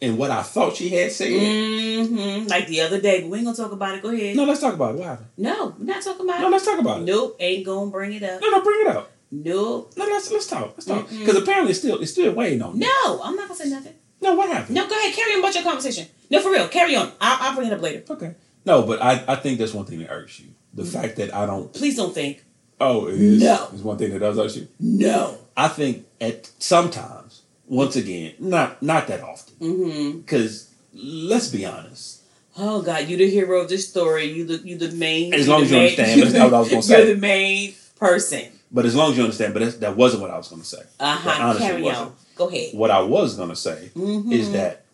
in what I thought she had said. Mm-hmm. Like the other day, but we ain't gonna talk about it. Go ahead. No, let's talk about it. Why? No, we're not talking about No, it. let's talk about it. Nope, ain't gonna bring it up. No, no, bring it up. Nope. No, let's let's talk. Let's talk. Mm-mm. Because apparently it's still it's still weighing on me. No, I'm not gonna say nothing. No, what happened? No, go ahead. Carry on about your conversation. No, for real. Carry on. I'll, I'll bring it up later. Okay. No, but I, I think that's one thing that irks you. The fact that I don't Please don't think. Oh, it is. Mm-hmm. No. It's one thing that does us. No. I think at sometimes, once again, not not that often, Mm-hmm. because let's be honest. Oh God, you the hero of this story. You the you the main. As long you as you the main- understand, that's not what I was gonna say. You're the main person. But as long as you understand, but that's, that wasn't what I was going to say. Uh That huh. honestly Carry wasn't. on. Go ahead. What I was going to say Mm-hmm. is that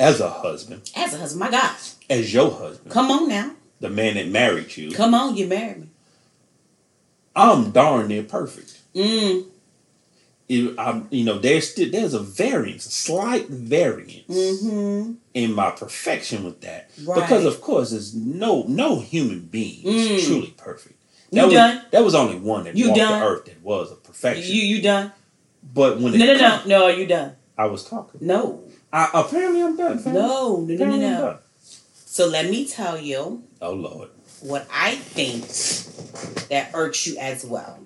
as a husband, as a husband? My God, as your husband, come on now. the man that married you, Come on, you married me. I'm darn near perfect. Mm. If I'm, you know, there's still there's a variance, a slight variance Mm-hmm. in my perfection with that, Right. because of course, there's no no human being is Mm. truly perfect. You was, done? That was only one that You walked done? the earth that was a perfection. You you done? but when No it no no come- no. You done? I was talking. No I, apparently, I'm done. fam. no no no no. Apparently I'm no. done. So let me tell you Oh Lord. what I think that irks you as well.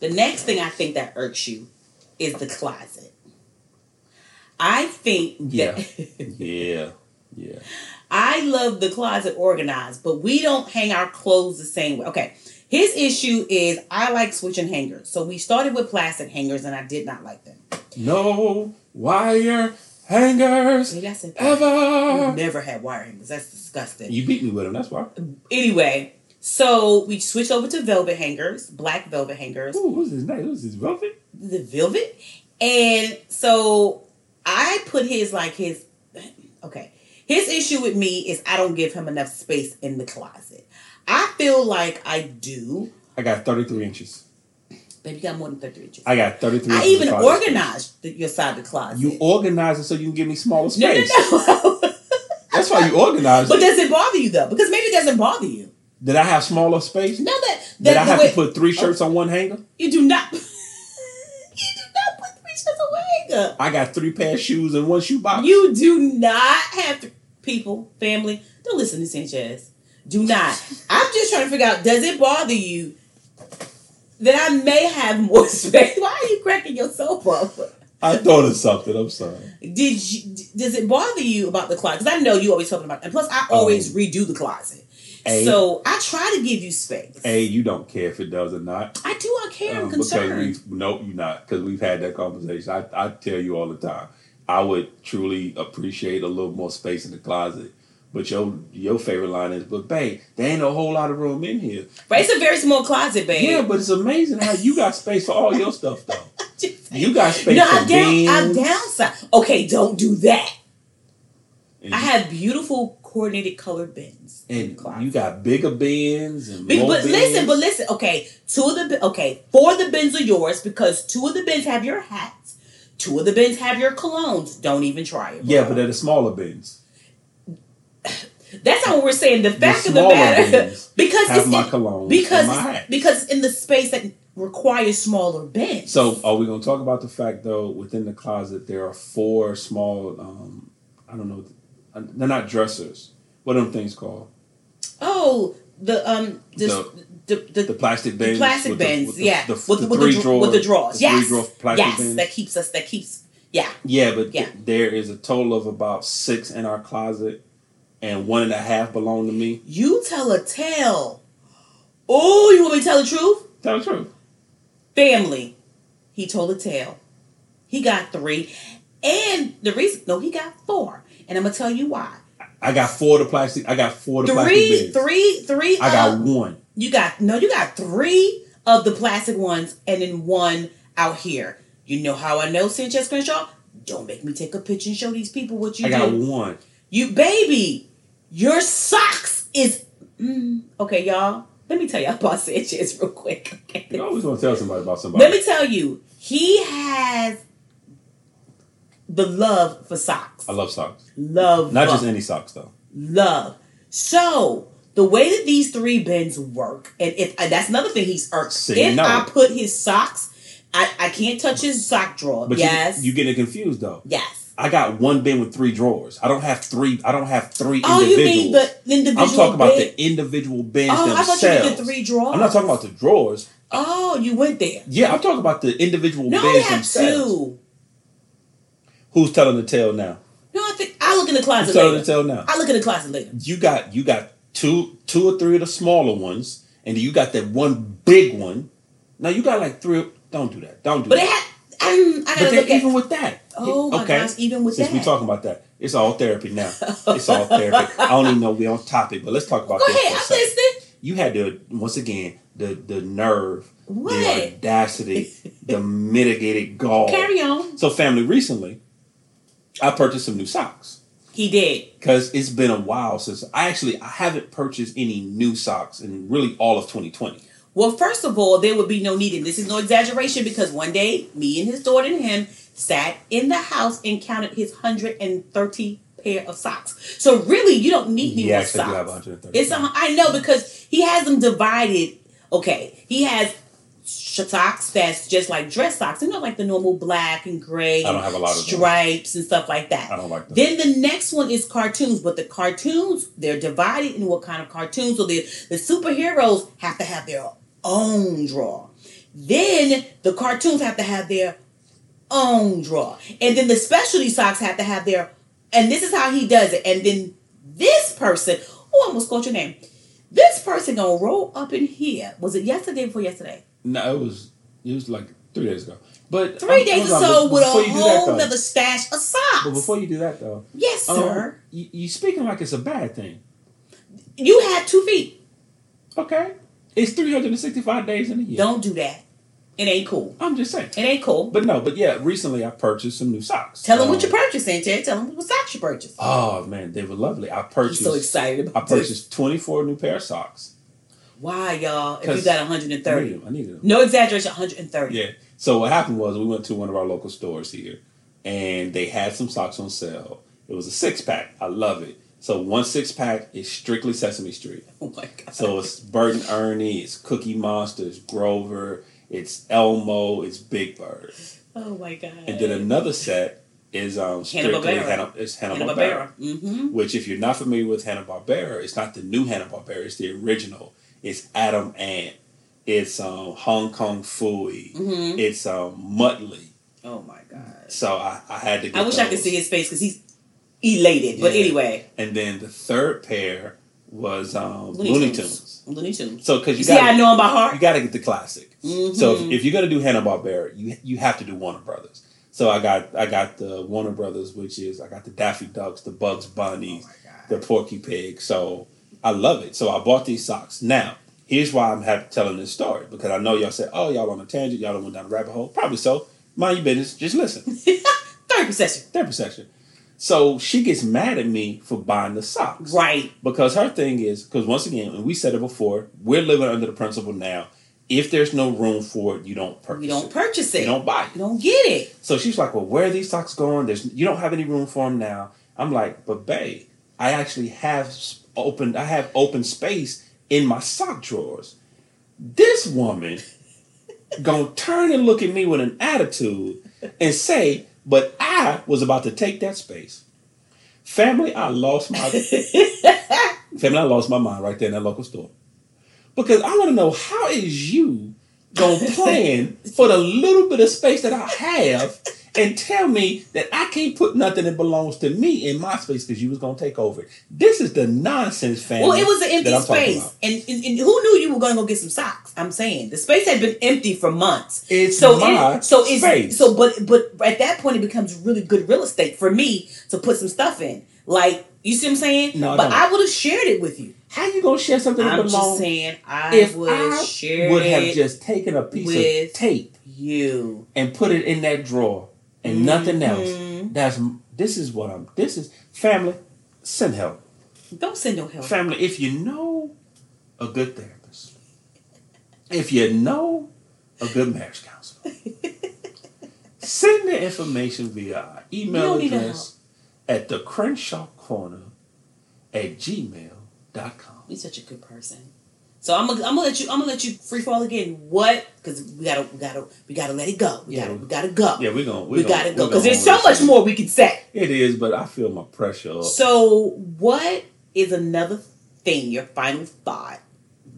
The next thing I think that irks you is the closet. I think that Yeah, yeah. I love the closet organized, but we don't hang our clothes the same way. Okay. His issue is I like switching hangers. So we started with plastic hangers and I did not like them. No wire hangers Maybe I said plastic. I've ever. never had wire hangers. That's disgusting. You beat me with them. That's why. Anyway, so we switched over to velvet hangers, black velvet hangers. Ooh, what's his name? What's his velvet? the velvet. And so I put his like his okay. His issue with me is I don't give him enough space in the closet. I feel like I do. I got thirty three inches. Baby you got more than thirty inches. I, I got thirty three. even organized the, your side of the closet. You organize it so you can give me smaller no, no, space. no. That's why you organize but it. does it bother you though? Because maybe it doesn't bother you. Did I have smaller space? No, that Did I that the have way, to put three shirts on one hanger? you do not. you do not put three shirts away. Up. I got three pair of shoes and one shoe box. You do not have to, people, family, don't listen to Sanchez. Do not. I'm just trying to figure out does it bother you that I may have more space? Why are you cracking yourself up? I thought of something. I'm sorry. Did you, does it bother you about the closet? Because I know you always talking about, and plus I always redo the closet. Oh. A- so I try to give you space. A, you don't care if it does or not. I do. I care. I'm Um, concerned. Because we, nope, you're not. Because we've had that conversation. I, I tell you all the time. I would truly appreciate a little more space in the closet. But your your favorite line is, "But babe, there ain't a whole lot of room in here." But it's a very small closet, babe. Yeah, but it's amazing how you got space for all your stuff, though. Just- You got space no, for I down. I beans. downside. Okay, don't do that. And, I have beautiful coordinated colored bins. in the and closet. you got bigger bins and Be- more but bins. listen, but listen. Okay, two of the bi- okay, four of the bins are yours because two of the bins have your hats, two of the bins have your colognes. Don't even try it. bro. yeah, but they're the smaller bins. that's not what we're saying. The fact of the smaller matter, bins because Have it's my in- cologne because and my it's- hat. because it's in the space that requires smaller bins. So are we gonna talk about the fact though within the closet there are four small um I don't know uh, they're not dressers. What are them things called? oh, the um the the, the, The plastic the bins. plastic with the- bins, with the- yeah, The, with, the with, three the, drawer, drawer, with the drawers, the yes, Three drawer plastic yes, bins. that keeps us, that keeps, yeah, yeah, but Yeah. there is a total of about six in our closet and one and a half belong to me. You tell a tale. Oh, you want me to tell the truth? Tell the truth. Family. He told a tale. He got three. And the reason, no, he got four. And I'm going to tell you why. I got four of the plastic I got four of the plastic Three, Oh. bins. three, three. I got of- one. You got, no, you got three of the plastic ones and then one out here. You know how I know, Sanchez Crenshaw? Don't make me take a picture and show these people what you I got do. one. You baby, your socks is mm, okay, y'all. Let me tell y'all about Sanchez real quick. okay? You always want to tell somebody about somebody. Let me tell you, he has the love for socks. I love socks. love, Uh, Not just love, any socks though. love. So the way that these three bins work, and if and that's another thing he's irked. Say if no. I put his socks, I, I can't touch his sock drawer. But yes, you, you getting confused though. yes. I got one bin with three drawers. I don't have three. I don't have three Oh, you individuals. mean the the individual? I'm talking about bin? the individual bins Oh, I themselves. thought you meant the three drawers. I'm not talking about the drawers. Oh, you went there. Yeah, I'm talking about the individual No, I bins have themselves. two. Who's telling the tale now? No, I think I look in the closet Who's telling the later. tale now? I look in the closet later. You got you got two two or three of the smaller ones, and you got that one big one. Now you got like three. Don't do that. Don't do But it that. had. I, I but gotta then look even at. with that, Oh my okay, gosh! Even with since that. we talking about that, it's all therapy now. It's all therapy. I don't even know we on topic, but let's talk about Go this. ahead. for a I'm second. listening. You had the once again the the nerve, What? the audacity, the mitigated gall. Carry on. So, family, recently, I purchased some new socks He did. because it's been a while since I actually I haven't purchased any new socks in really all of 2020. Well, first of all, there would be no need, and this is no exaggeration, because one day me and his daughter and him sat in the house and counted his hundred and thirty pair of socks. So really, you don't need any You more actually do have socks. 130. It's a, I know because he has them divided. Okay, he has sh- socks that's just like dress socks. They're not like the normal black and gray, I don't have a lot of them. stripes and stuff like that. I don't like them. Then the next one is cartoons, but the cartoons they're divided in what kind of cartoons. So the the superheroes have to have their own draw. Then the cartoons have to have their own draw, and then the specialty socks have to have their. And this is how he does it. And then this person, oh, I almost called your name. This person gonna roll up in here. Was it yesterday? Before yesterday? No, it was it was like three days ago. But 3 um, days or hold on, so but with a before you do that, whole though- nother stash of socks. But before you do that though, yes, um, sir. you, you speaking like it's a bad thing. You had two feet. Okay, it's 365 days in a year. Don't do that. It ain't cool. I'm just saying. It ain't cool. But no, but yeah, recently I purchased some new socks. Tell them what Um, you're purchasing, Ted. Tell them what socks you purchased. Oh man, they were lovely. I I'm purchased. so excited I about this. purchased 24 new pair of socks. Why, y'all? If you 'Cause got I 130. needed them. I needed them. No exaggeration, 130. Yeah. So what happened was we went to one of our local stores here, and they had some socks on sale. It was a six pack. I love it. So one six pack is strictly Sesame Street. Oh my God. So it's Bert and Ernie, it's Cookie Monster, it's Grover, it's Elmo, it's Big Bird. oh my God. And then another set is um, strictly Hanna-Barbera. Hanna, it's Hanna Barbera. Hanna-Barbera. Mm-hmm. Which, if you're not familiar with Hanna Barbera, it's not the new Hanna Barbera. It's the original. It's Adam Ant. It's um, Hong Kong Fooey. Mm-hmm. It's um, Muttley. Oh my God. So I, I had to. Get I wish I could those. see his face because he's elated. But Yeah. anyway, And then the third pair was um, Looney, Looney Tunes. Tunes. Looney Tunes. So because You you, see how I got know him by heart? you got to get the classic. So if, Mhm. if you're gonna do Hanna Barbera, you you have to do Warner Brothers. So I got I got the Warner Brothers, which is I got the Daffy Ducks, the Bugs Oh Bunnies, my God. the Porky Pig. So I love it. So I bought these socks. Now here's why I'm happy telling this story because I know y'all said, oh y'all on a tangent, y'all done went down a rabbit hole. Probably so. Mind your business. Just listen. Third possession. therapy section. So she gets mad at me for buying the socks. Right. Because her thing is, because once again, and we said it before, we're living under the principle now. If there's no room for it, you don't purchase You don't it. purchase it. You don't buy You it. don't get it. So she's like, "Well, where are these socks going? There's you don't have any room for them now." I'm like, "But babe, I actually have s- open. I have open space in my sock drawers." This woman gonna turn and look at me with an attitude and say, "But I was about to take that space." Family, I lost my family. I lost my mind right there in that local store because I want to know how is you gonna plan for the little bit of space that I have and tell me that I can't put nothing that belongs to me in my space because you was gonna take over. it. This is the nonsense family. Well, it was an that empty I'm talking space, about. and, and, and who knew you were going to go get some socks? I'm saying the space had been empty for months. It's so my it, so it's space. so but but at that point it becomes really good real estate for me to put some stuff in. Like you see what I'm saying? No, I but don't. I would have shared it with you. How you gonna share something that I'm just belongs? saying I If would I have shared would have it just taken a piece of with- tape you. and put it in that drawer and nothing else. Mhm. That's this is what I'm. This is family. Send help. Don't send no help. Family, if you know a good therapist, if you know a good marriage counselor, send the information via You email don't need no address at the Crenshaw Corner at gmail.com. You're such a good person. So I'm gonna I'm gonna let you I'm gonna let you free fall again. What? Because we gotta we gotta we gotta let it go. We Yeah. gotta we gotta go. Yeah, we're going to we gotta go because there's so much more we can say. It is, but I feel my pressure up. So what is another thing? Your final thought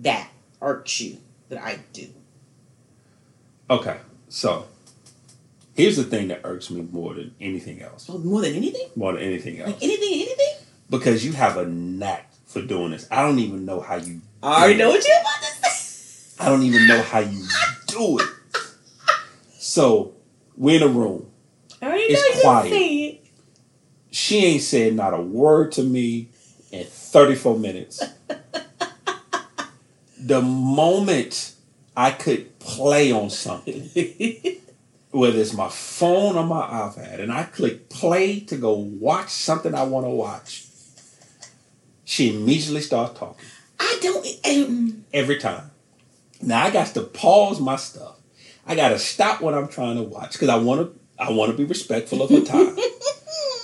that irks you that I do. Okay, so here's the thing that irks me more than anything else. Oh, more than anything, More than anything else. like anything, anything. Because you have a knack for doing this. I don't even know how you I already know what you're about to say. I don't even know how you do it. So we're in a room. I already It's know you quiet. say it. She ain't said not a word to me in 34 minutes. the moment I could play on something, whether it's my phone or my iPad, and I click play to go watch something I want to watch, she immediately starts talking. I don't. Um, every time. Now I got to pause my stuff. I got to stop what I'm trying to watch because I want to. I want to be respectful of her time.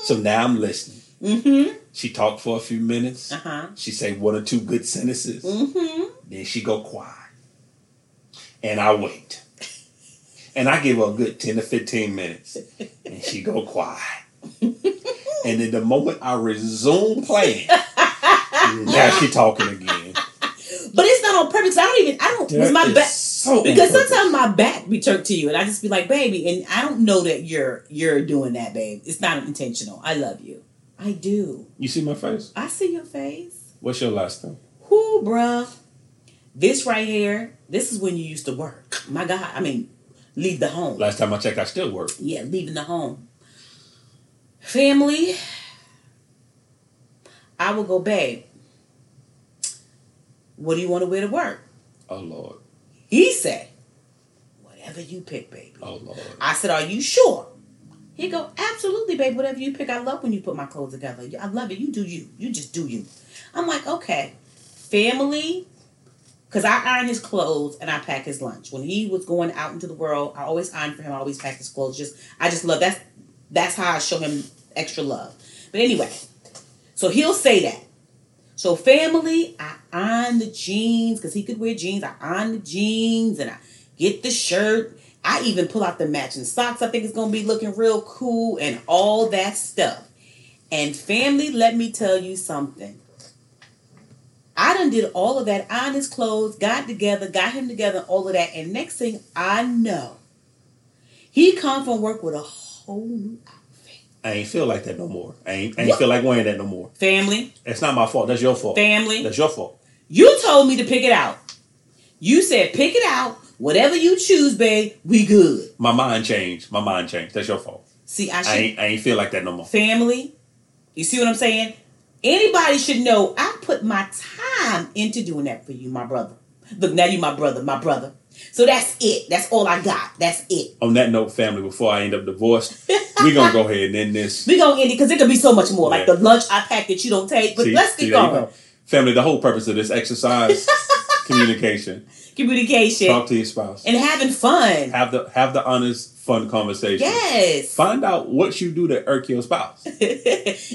so now I'm listening. mm-hmm. She talked for a few minutes. Uh huh. She say one or two good sentences. Mm-hmm. Then she go quiet, and I wait. And I give her a good ten to fifteen minutes, and she go quiet. and then the moment I resume playing, now she talking again. But it's not on purpose. I don't even. I don't. That Was my is back so on because purpose. sometimes my back be turned to you, and I just be like, "Baby," and I don't know that you're you're doing that, babe. It's not intentional. I love you. I do. you see my face. I see your face. What's your last name? Whoo, bruh. This right here. This is when you used to work. My God. I mean, leave the home. Last time I checked, I still work. yeah, leaving the home. Family, I will go, babe. What do you want to wear to work? Oh Lord, He said, whatever you pick, baby. oh Lord. I said, are you sure? He go, absolutely, babe. Whatever you pick, I love when you put my clothes together. I love it. You do you. You just do you. I'm like, okay, family, because I iron his clothes and I pack his lunch. When he was going out into the world, I always iron for him. I always pack his clothes. Just I just love that's that's how I show him extra love. But anyway, so he'll say that. So family, I iron the jeans because he could wear jeans. I iron the jeans and I get the shirt. I even pull out the matching socks. I think it's gonna be looking real cool and all that stuff. And family, let me tell you something. I done did all of that, ironed his clothes, got together, got him together, all of that. And next thing I know, he come from work with a whole new outfit. I ain't feel like that no more. I ain't, I ain't What? feel like wearing that no more. Family, That's not my fault. That's your fault. family. That's your fault. You told me to pick it out. You said pick it out. Whatever you choose, babe, we good. My mind changed. My mind changed. That's your fault. See, I I should ain't, I ain't feel like that no more. family. You see what I'm saying? Anybody should know I put my time into doing that for you, my brother. Look, now you my brother, my brother. So that's it. That's all I got. That's it. On that note, family, before I end up divorced, we gonna go ahead and end this. We gonna end it because it could be so much more. Like Yeah. the lunch I packed that you don't take. But See- let's see, keep there you going. go. Family, the whole purpose of this exercise, communication, Communication talk to your spouse, and having fun. have the have the honest, fun conversation. Yes. Find out what you do to irk your spouse. Talk to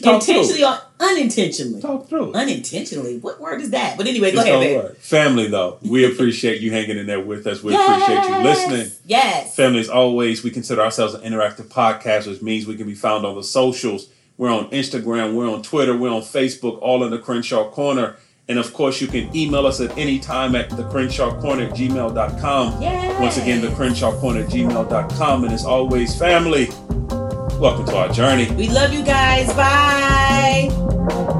Intentionally or unintentionally. Talk through. it. Unintentionally. What word is that? But anyway, go It's ahead, all babe. right. Family, though, we appreciate you hanging in there with us. We appreciate you Yes. listening. Yes. Family, as always, we consider ourselves an interactive podcast, which means we can be found on the socials. We're on Instagram, we're on Twitter, we're on Facebook, all in the Crenshaw Corner. And of course, you can email us at any time at the Crenshaw Corner at gmail.com. Yes. Once again, the Crenshaw Corner at gmail.com. And as always, family, welcome to our journey. We love you guys. Bye.